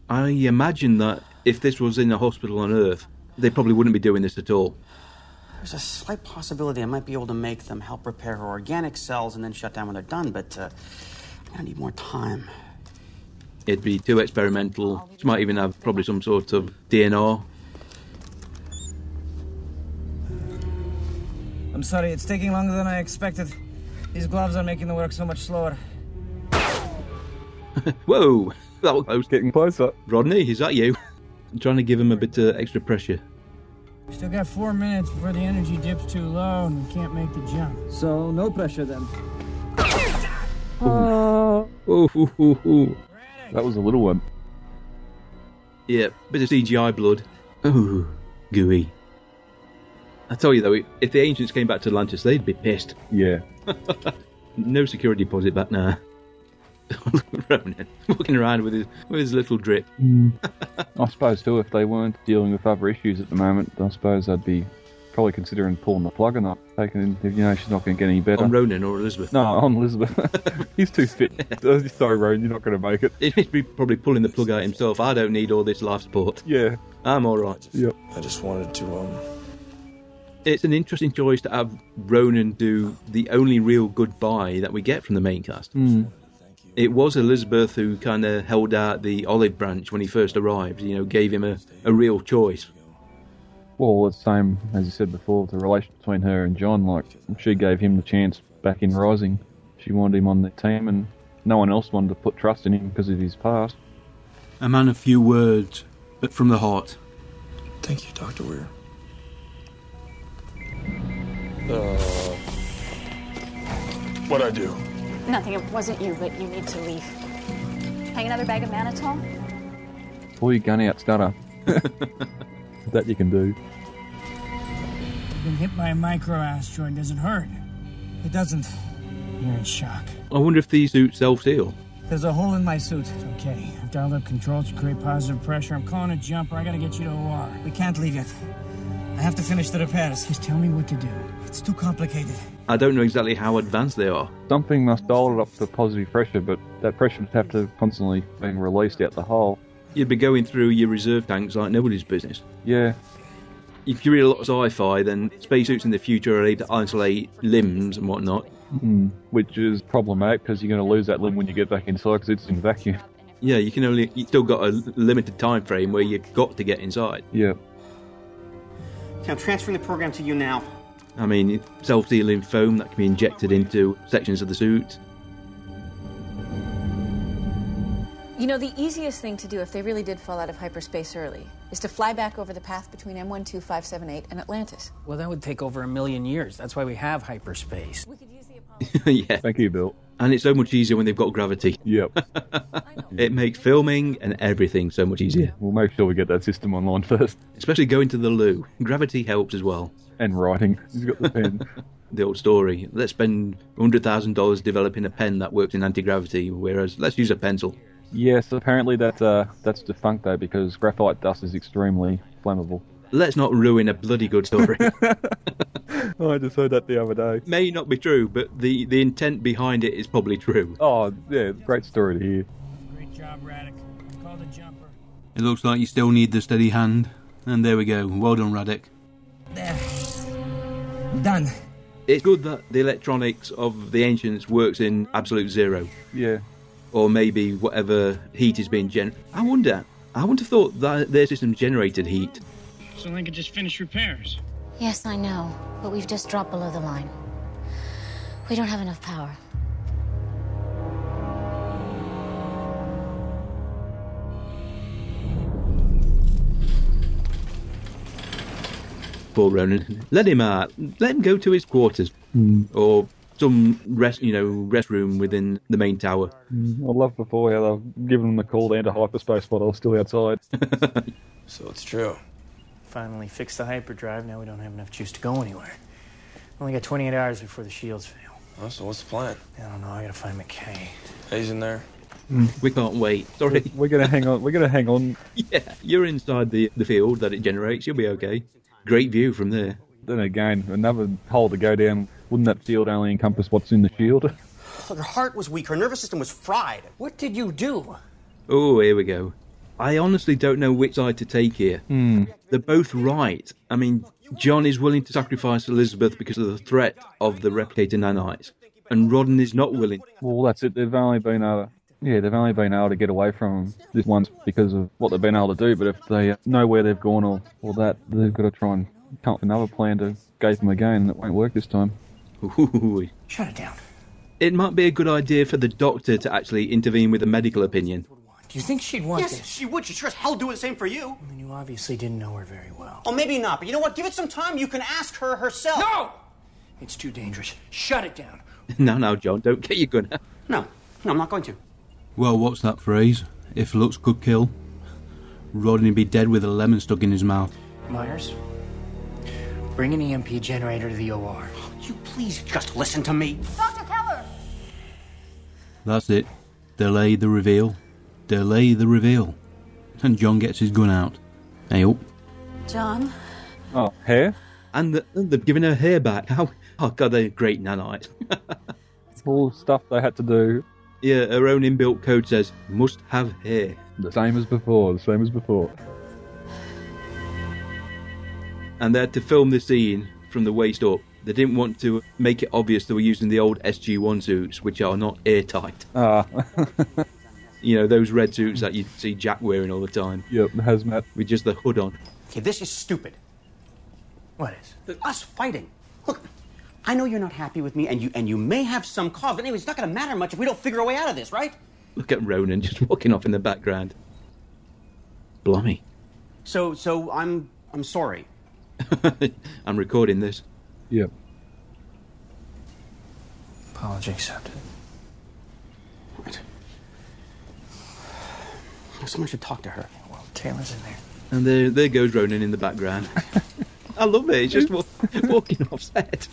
I imagine that if this was in a hospital on Earth, they probably wouldn't be doing this at all.
there's a slight possibility I might be able to make them help repair her organic cells and then shut down when they're done. But uh, I'm gonna need more time.
It'd be too experimental. She might even have probably some sort of DNR.
I'm sorry, it's taking longer than I expected. These gloves are making the work so much slower.
Whoa! That was close.
Getting closer.
Rodney, is that you? I'm trying to give him a bit of extra pressure.
Still got four minutes before the energy dips too low and we can't make the jump.
So, no pressure then.
Oh, hoo, hoo, hoo.
That was a little one.
Yeah, bit of CGI blood. Oh, gooey. I tell you though, if the ancients came back to Atlantis, they'd be pissed.
Yeah.
No security deposit back now. Ronan walking around with his with his little drip.
I suppose too, if they weren't dealing with other issues at the moment, I suppose I'd be probably considering pulling the plug and not taking in if you know she's not going to get any better.
On Ronan or Elizabeth?
no, on Elizabeth. He's too fit. Uh, Sorry, Ronan, you're not going to make it.
He'd be probably pulling the plug out himself. I don't need all this life support.
Yeah.
I'm all right.
Yep.
I just wanted to, um,
It's an interesting choice to have Ronan do the only real goodbye that we get from the main cast.
Hmm.
It was Elizabeth who kind of held out the olive branch when he first arrived, you know, gave him a, a real choice.
Well, it's same as you said before, the relation between her and John. Like she gave him the chance back in Rising. She wanted him on the team, and no one else wanted to put trust in him because of his past.
A man of few words, but from the heart.
thank you, Dr. Weir.
Uh,
What I do?
Nothing. It wasn't you, but you need to leave. Hang another bag of mannitol?
Pull your gun out, stutter. that you can do.
Been hit by a micro asteroid. Does it hurt? It doesn't. You're in shock.
I wonder if these suits self seal.
There's a hole in my suit.
Okay, I've dialed up controls to create positive pressure. I'm calling a jumper. I gotta get you to OR.
We can't leave yet. I have to finish the repairs. Just tell me what to do. It's too complicated.
I don't know exactly how advanced they are.
Something must dial it up to positive pressure, but that pressure would have to constantly being released out the hole.
You'd be going through your reserve tanks like nobody's business.
Yeah,
If you read a lot of sci fi, then spacesuits in the future are able to isolate limbs and whatnot.
mm. which is problematic because you're going to lose that limb when you get back inside because it's in vacuum.
Yeah, you can only, you still got a limited time frame where you've got to get inside.
Yeah.
Okay, I'm transferring the program to you now.
I mean, self sealing foam that can be injected into sections of the suit.
You know, the easiest thing to do if they really did fall out of hyperspace early is to fly back over the path between M12578 and Atlantis.
Well, that would take over a million years. That's why we have hyperspace.
yeah.
Thank you, Bill.
And it's so much easier when they've got gravity.
Yep.
It makes filming and everything so much easier.
We'll make sure we get that system online first.
Especially going to the loo. Gravity helps as well.
And writing. He's got the pen.
The old story. Let's spend $100,000 developing a pen that works in anti gravity, whereas let's use a pencil.
yes, apparently that uh, that's defunct though because graphite dust is extremely flammable.
Let's not ruin a bloody good story.
Oh, I just heard that the other day.
May not be true, but the, the intent behind it is probably true.
Oh yeah, great story to hear.
Great job, Radek. Call the jumper.
It looks like you still need the steady hand. And there we go. Well done, Radek.
There. Done.
It's good that the electronics of the ancients works in absolute zero,
Yeah.
or maybe whatever heat is being gen. I wonder. I would have thought that their system generated heat.
So they could just finish repairs.
Yes, I know, but we've just dropped below the line. We don't have enough power.
uh, Poor Ronan. Let him out. Let him go to his quarters, or some rest, you know, restroom within the main tower.
I love before how they've given them a call down to hyperspace, but I was still outside.
So it's true. Finally fixed the hyperdrive. Now we don't have enough juice to go anywhere. Only got 28 hours before the shields fail.
Well, so what's the plan?
I don't know. I gotta find McKay.
He's in there.
We can't wait. Sorry.
We're gonna hang on. We're gonna hang on.
Yeah, you're inside the the field that it generates. You'll be okay. Great view from there.
Then again, another hole to go down. Wouldn't that field only encompass what's in the shield?
Her heart was weak. Her nervous system was fried. What did you do?
Oh, here we go. I honestly don't know which side to take here.
Hmm.
They're both right. I mean, John is willing to sacrifice Elizabeth because of the threat of the replicator nanites, and Rodden is not willing.
Well, that's it. They've only been able, yeah, they've only been able to get away from this once because of what they've been able to do. But if they know where they've gone or, or that, they've got to try and come up with another plan to gape them again, and it won't work this time.
Shut it down.
It might be a good idea for the doctor to actually intervene with a medical opinion.
Do you think she'd want
yes,
this?
she would. She sure as hell do the same for you.
I mean, you obviously didn't know her very well.
Oh, maybe not. But you know what? Give it some time. You can ask her herself.
No. It's too dangerous. Shut it down.
no, no, John, don't get your gun.
No. No, I'm not going to.
Well, what's that phrase? If looks could kill, Rodney'd be dead with a lemon stuck in his mouth.
Myers, bring an EMP generator to the OR.
Would you please just listen to me?
Dr. Keller!
That's it. Delay the reveal. Delay the reveal. And John gets his gun out. Hey, oh.
John,
Oh, hair?
And the, and they're giving her hair back. How? Oh God, they're great nanites.
All stuff they had to do.
Yeah, her own inbuilt code says must have hair.
The same as before. The same as before.
and they had to film this scene from the waist up. They didn't want to make it obvious they were using the old SG1 suits, which are not airtight.
Ah,
You know, those red suits that you see Jack wearing all the time,
yep, hazmat.
with just the hood on.
Okay, this is stupid.
What is?
Us fighting. Look, I know you're not happy with me, and you and you may have some cause, but anyway, it's not going to matter much if we don't figure a way out of this, right?
Look at Ronan just walking off in the background. Blimey,
So, so I'm I'm sorry.
I'm recording this.
Yep.
Apology accepted.
Someone should talk to her.
Well, Taylor's in there.
And there, there goes Ronan in the background. I love it. He's just wa- walking off set.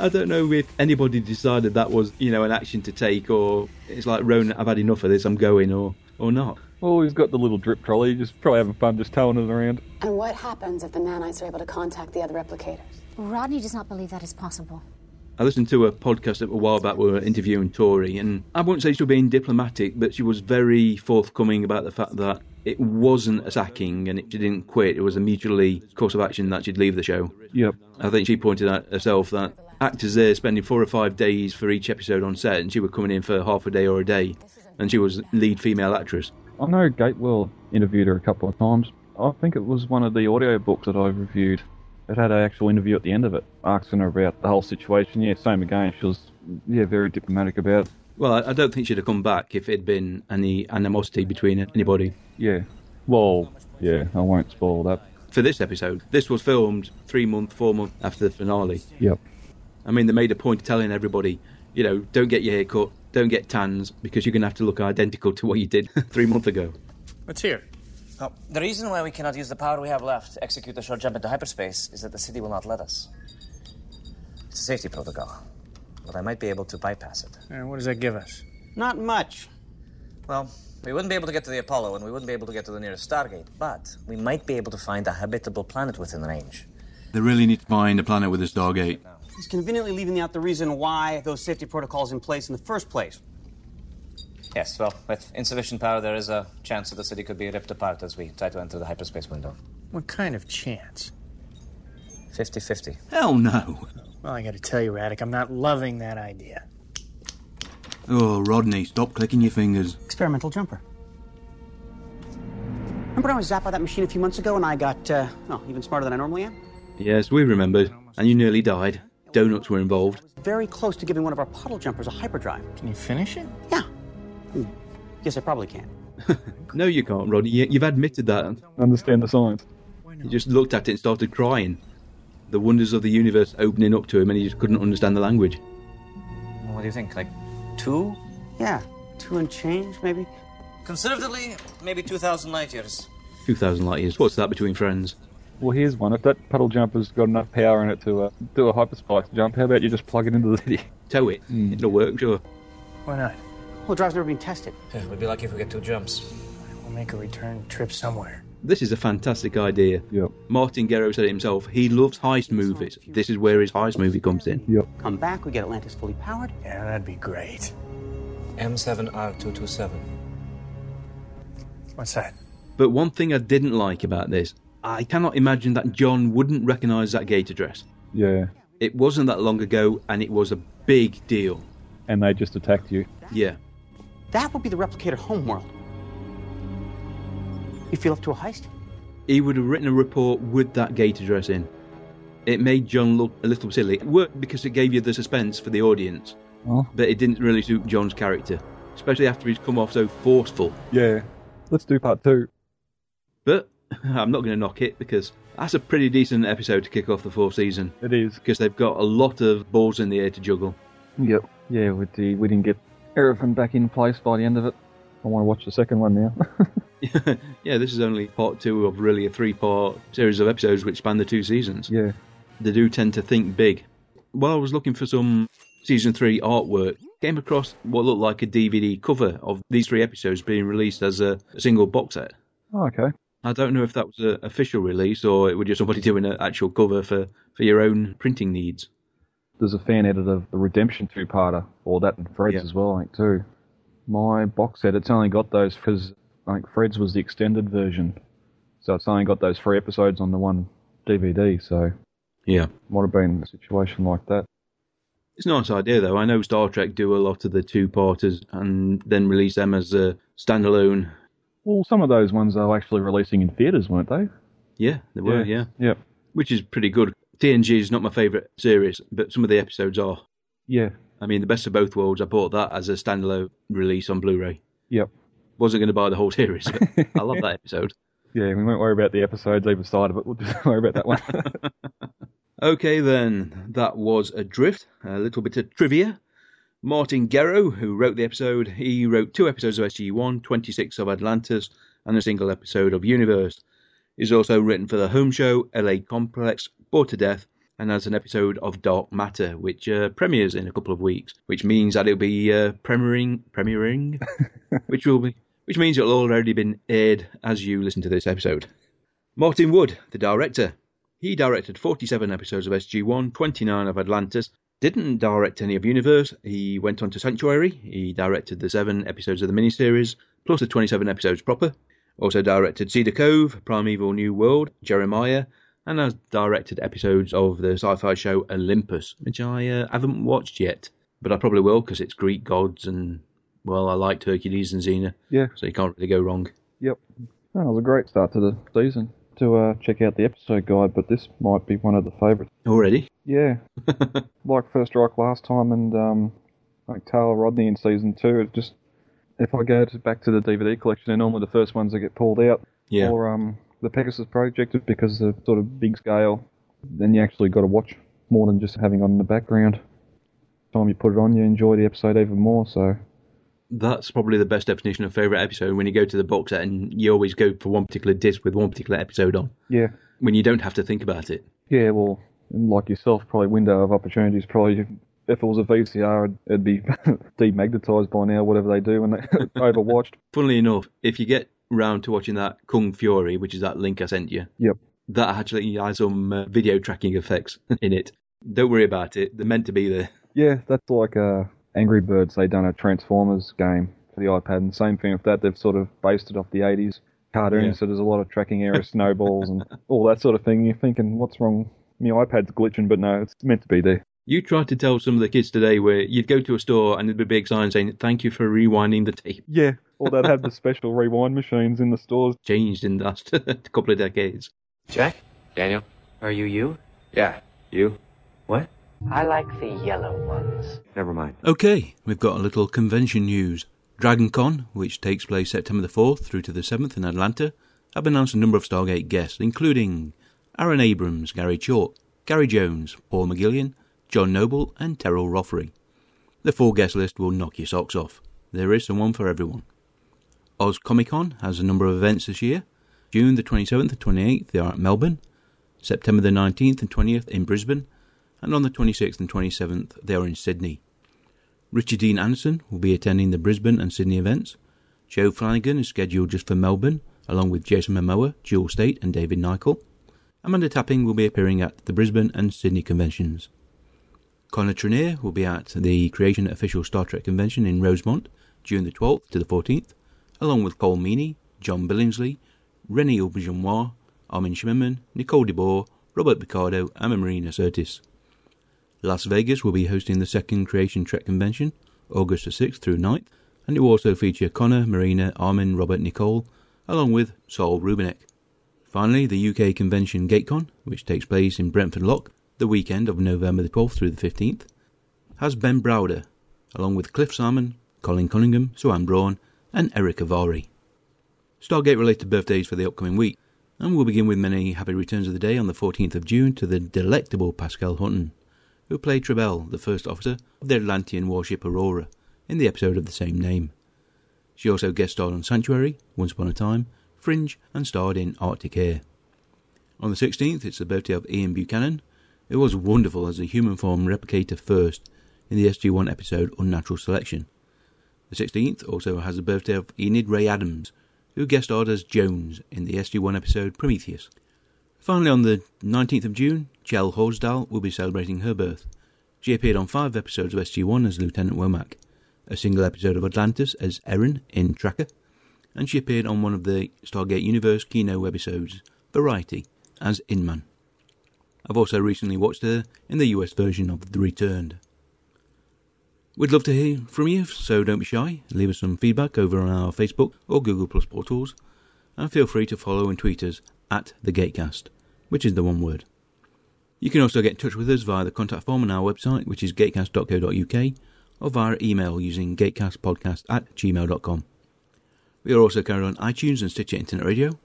I don't know if anybody decided that was, you know, an action to take, or it's like Ronan, I've had enough of this. I'm going, or or not.
Oh, he's got the little drip trolley. Just probably having fun, just towing it around.
and what happens if the nanites are able to contact the other replicators?
Rodney does not believe that is possible.
I listened to a podcast a while back where we were interviewing Tori, and I won't say she was being diplomatic, but she was very forthcoming about the fact that it wasn't attacking and if she didn't quit, it was a mutually course of action that she'd leave the show.
Yep.
I think she pointed out herself that actors there spending four or five days for each episode on set, and she was coming in for half a day or a day, and she was lead female actress.
I know Gatewell interviewed her a couple of times. I think it was one of the audio books that I reviewed. It had an actual interview at the end of it, asking her about the whole situation. Yeah, same again. She was yeah very diplomatic about. It.
Well, I- I don't think she'd have come back if it'd been any animosity between anybody.
Yeah. Well, yeah. I won't spoil that.
For this episode, this was filmed three month, four month after the finale.
Yep.
I mean, they made a point of telling everybody, you know, don't get your hair cut, don't get tans, because you're going to have to look identical to what you did three months ago.
Let's hear. it.
The reason why we cannot use the power we have left to execute the short jump into hyperspace is that the city will not let us. It's a safety protocol, but I might be able to bypass it.
All right, what does that give us?
Not much.
Well, we wouldn't be able to get to the Apollo, and we wouldn't be able to get to the nearest Stargate, but we might be able to find a habitable planet within range.
They really need to find a planet with a Stargate.
He's conveniently leaving out the reason why those safety protocols in place in the first place.
Yes, well, with insufficient power, there is a chance that the city could be ripped apart as we try to enter the hyperspace window.
What kind of chance?
50 50.
Hell no.
Well, I gotta tell you, Radic, I'm not loving that idea.
Oh, Rodney, stop clicking your fingers.
Experimental jumper. Remember when I was zapped by that machine a few months ago and I got, uh, oh, even smarter than I normally am?
Yes, we remembered. And you nearly died. Donuts were involved.
Very close to giving one of our puddle jumpers a hyperdrive. Hmm.
Can you finish it?
Yes, I probably can.
No, you can't, Roddy. You- You've admitted that.
Understand the science.
He just looked at it and started crying. The wonders of the universe opening up to him, and he just couldn't understand the language.
What do you think? Like two?
Yeah, two and change, maybe?
Conservatively, maybe 2,000 light years.
2,000 light years. What's that between friends?
Well, here's one. If that puddle jumper's got enough power in it to uh, do a hyperspike jump, how about you just plug it into the city?
Tow it. It'll work, sure.
Why not?
Well, the drive's never been tested.
Yeah, we'd be lucky if we get two jumps.
We'll make a return trip somewhere.
This is a fantastic idea. Yep. Martin Guerrero said it himself. He loves heist movies. This is where his heist movie comes in.
Yep.
Come back, we get Atlantis fully powered.
Yeah, that'd be great.
M7R227.
What's that?
But one thing I didn't like about this, I cannot imagine that John wouldn't recognise that gate address.
Yeah.
It wasn't that long ago, and it was a big deal.
And they just attacked you.
Yeah.
That would be the replicator homeworld. If you left to a heist,
He would have written a report with that gate address in. It made John look a little silly. It worked because it gave you the suspense for the audience,
Oh.
but it didn't really suit John's character, especially after he's come off so forceful.
Yeah. Let's do part two.
But I'm not going to knock it because that's a pretty decent episode to kick off the fourth season.
It is.
Because they've got a lot of balls in the air to juggle.
Yep. Yeah, we, d- we didn't get everything back in place by the end of it. I want to watch the second one now.
Yeah, this is only part two of really a three part series of episodes which span the two seasons.
Yeah.
They do tend to think big. While I was looking for some season three artwork, came across what looked like a DVD cover of these three episodes being released as a, a single box set.
oh, okay.
I don't know if that was an official release or it was just somebody doing an actual cover for, for your own printing needs.
There's a fan edit of the Redemption two parter, or that and Fred's as well, I think, too. My box set, it's only got those because I think Fred's was the extended version. So it's only got those three episodes on the one DVD, so.
Yeah.
Might have been a situation like that.
It's a nice idea, though. I know Star Trek do a lot of the two parters and then release them as a standalone.
Well, some of those ones they were actually releasing in theatres, weren't they?
Yeah, they were, yeah.
Yeah. Yep.
Which is pretty good. TNG is not my favourite series, but some of the episodes are.
Yeah.
I mean, The Best of Both Worlds, I bought that as a standalone release on Blu ray.
Yep.
Wasn't going to buy the whole series, but I love that episode.
Yeah, we won't worry about the episodes either side of it. We'll just worry about that one.
Okay, then, that was Adrift. A little bit of trivia. Martin Guerrero, who wrote the episode, he wrote two episodes of SG1, 26 of Atlantis, and a single episode of Universe. He's also written for The Home Show, LA Complex, Bored to Death, and has an episode of Dark Matter, which uh, premieres in a couple of weeks, which means that it'll be uh, premiering, premiering, which will be, which means it'll already been aired as you listen to this episode. Martin Wood, the director, he directed 47 episodes of SG1, 29 of Atlantis. Didn't direct any of Universe. He went on to Sanctuary. He directed the seven episodes of the miniseries, plus the 27 episodes proper. Also directed Cedar Cove, Primeval New World, Jeremiah, and has directed episodes of the sci fi show Olympus, which I uh, haven't watched yet, but I probably will because it's Greek gods and, well, I liked Hercules and Xena.
Yeah.
So you can't really go wrong.
Yep. That was a great start to the season to uh, check out the episode guide, but this might be one of the favourites.
Already?
Yeah. like First Strike last time and um, like Taylor Rodney in season two, it just if I go to, back to the DVD collection, they're normally the first ones that get pulled out.
Yeah.
Or um, the Pegasus Project because of sort of big scale. Then you actually got to watch more than just having on in the background. Time you put it on, you enjoy the episode even more. So
That's probably the best definition of favourite episode when you go to the box set and you always go for one particular disc with one particular episode on,
yeah,
when you don't have to think about it.
Yeah, well, and like yourself, probably window of opportunities. Probably if it was a VCR, it'd- it'd be demagnetized by now. Whatever they do when they overwatched.
Funnily enough, if you get round to watching that Kung Fury, which is that link I sent you,
Yep.
that actually has some uh, video tracking effects in it. Don't worry about it, they're meant to be there.
Yeah, that's like uh, Angry Birds. They done a Transformers game for the iPad, and same thing with that. They've sort of based it off the '80s cartoons,
Yeah.
so there's a lot of tracking error, snowballs, and all that sort of thing. You're thinking, what's wrong? My iPad's glitching, but no, it's meant to be there.
You tried to tell some of the kids today where you'd go to a store and there'd be a big sign saying, Thank you for rewinding the tape.
Yeah, or they'd have the special rewind machines in the stores.
Changed in the last couple of decades.
Jack? Daniel? Are you you? Yeah, you. What? I like the yellow ones. Never mind.
Okay, we've got a little convention news. Dragon Con, which takes place September the 4th through to the 7th in Atlanta, have announced a number of Stargate guests, including Aaron Abrams, Gary Chalk, Gary Jones, Paul McGillian, John Noble, and Terrell Rothery.
The full guest list will knock your socks off. There is someone for everyone. Oz Comic Con has a number of events this year. June the 27th and 28th, they are at Melbourne. September the 19th and 20th in Brisbane. And on the 26th and 27th, they are in Sydney. Richard Dean Anderson will be attending the Brisbane and Sydney events. Joe Flanagan is scheduled just for Melbourne, along with Jason Momoa, Jewel State, and David Nichol. Amanda Tapping will be appearing at the Brisbane and Sydney conventions. Connor Trenier will be at the Creation Official Star Trek Convention in Rosemont, June the 12th to the 14th, along with Cole Meany, John Billingsley, René Aubergenois, Armin Schmidman, Nicole DeBoer, Robert Picardo, and Marina Sirtis. Las Vegas will be hosting the second Creation Trek Convention, August the 6th through 9th, and it will also feature Connor, Marina, Armin, Robert, Nicole, along with Saul Rubinek. Finally, the UK convention GateCon, which takes place in Brentford Lock the weekend of November the 12th through the 15th, has Ben Browder, along with Cliff Salmon, Colin Cunningham, Suan Braun, and Eric Avari. Stargate related birthdays for the upcoming week, and we'll begin with many happy returns of the day on the 14th of June to the delectable Pascal Hutton, who played Trebel, the first officer of the Atlantean warship Aurora, in the episode of the same name. She also guest starred on Sanctuary, Once Upon a Time, Fringe, and starred in Arctic Air. On the 16th, it's the birthday of Ian Buchanan, who was wonderful as a human form replicator first in the SG 1 episode Unnatural Selection. The 16th also has the birthday of Enid Ray Adams, who guest starred as Jones in the SG 1 episode Prometheus. Finally, on the 19th of June, Chell Horsdal will be celebrating her birth. She appeared on five episodes of SG 1 as Lieutenant Womack, a single episode of Atlantis as Erin in Tracker, and she appeared on one of the Stargate Universe Kino episodes, Variety, as Inman. I've also recently watched her in the US version of The Returned. We'd love to hear from you, so don't be shy. Leave us some feedback over on our Facebook or Google Plus portals, and feel free to follow and tweet us at the Gatecast, which is the one word. You can also get in touch with us via the contact form on our website, which is gatecast.co.uk, or via email using gatecastpodcast at gmail.com. We are also carried on iTunes and Stitcher Internet Radio.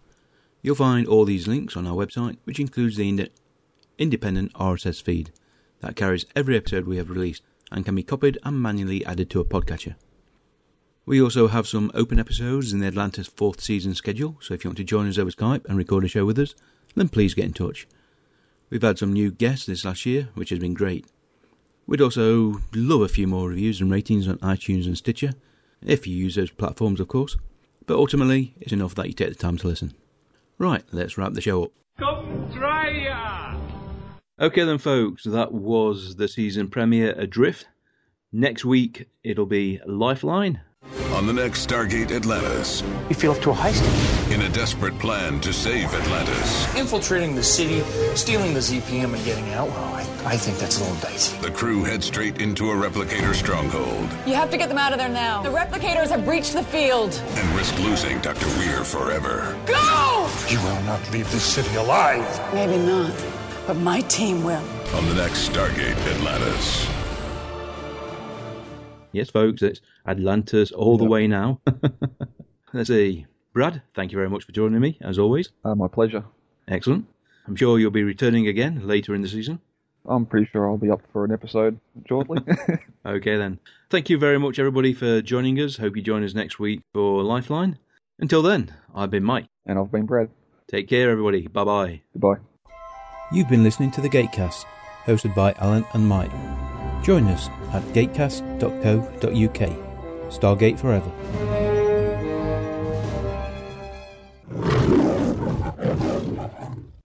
You'll find all these links on our website, which includes the ind- independent RSS feed that carries every episode we have released and can be copied and manually added to a podcatcher. We also have some open episodes in the Atlantis fourth season schedule, so if you want to join us over Skype and record a show with us, then please get in touch. We've had some new guests this last year, which has been great. We'd also love a few more reviews and ratings on iTunes and Stitcher, if you use those platforms, of course. But ultimately, it's enough that you take the time to listen. Right, let's wrap the show up.
Come try ya!
Okay, then, folks, that was the season premiere Adrift. Next week, it'll be Lifeline.
On the next Stargate Atlantis,
You feel up to a heist?
in a desperate plan to save Atlantis,
Infiltrating the city, stealing the ZPM, and getting out? Well, I, I think that's a little dicey.
the crew head straight into a replicator stronghold
You have to get them out of there now. The replicators have breached the field.
and risk losing Dr. Weir forever.
Go!
You will not leave this city alive.
Maybe not, but my team will.
On the next Stargate Atlantis.
Yes, folks, it's Atlantis all the way now. Let's see. Brad, thank you very much for joining me, as always.
Uh, my pleasure.
Excellent. I'm sure you'll be returning again later in the season.
I'm pretty sure I'll be up for an episode shortly.
Okay, then. Thank you very much, everybody, for joining us. Hope you join us next week for Lifeline. Until then, I've been Mike.
And I've been Brad.
Take care, everybody. Bye bye.
Goodbye.
You've been listening to The Gatecast, hosted by Alan and Mike. Join us at gatecast.co.uk. Stargate Forever.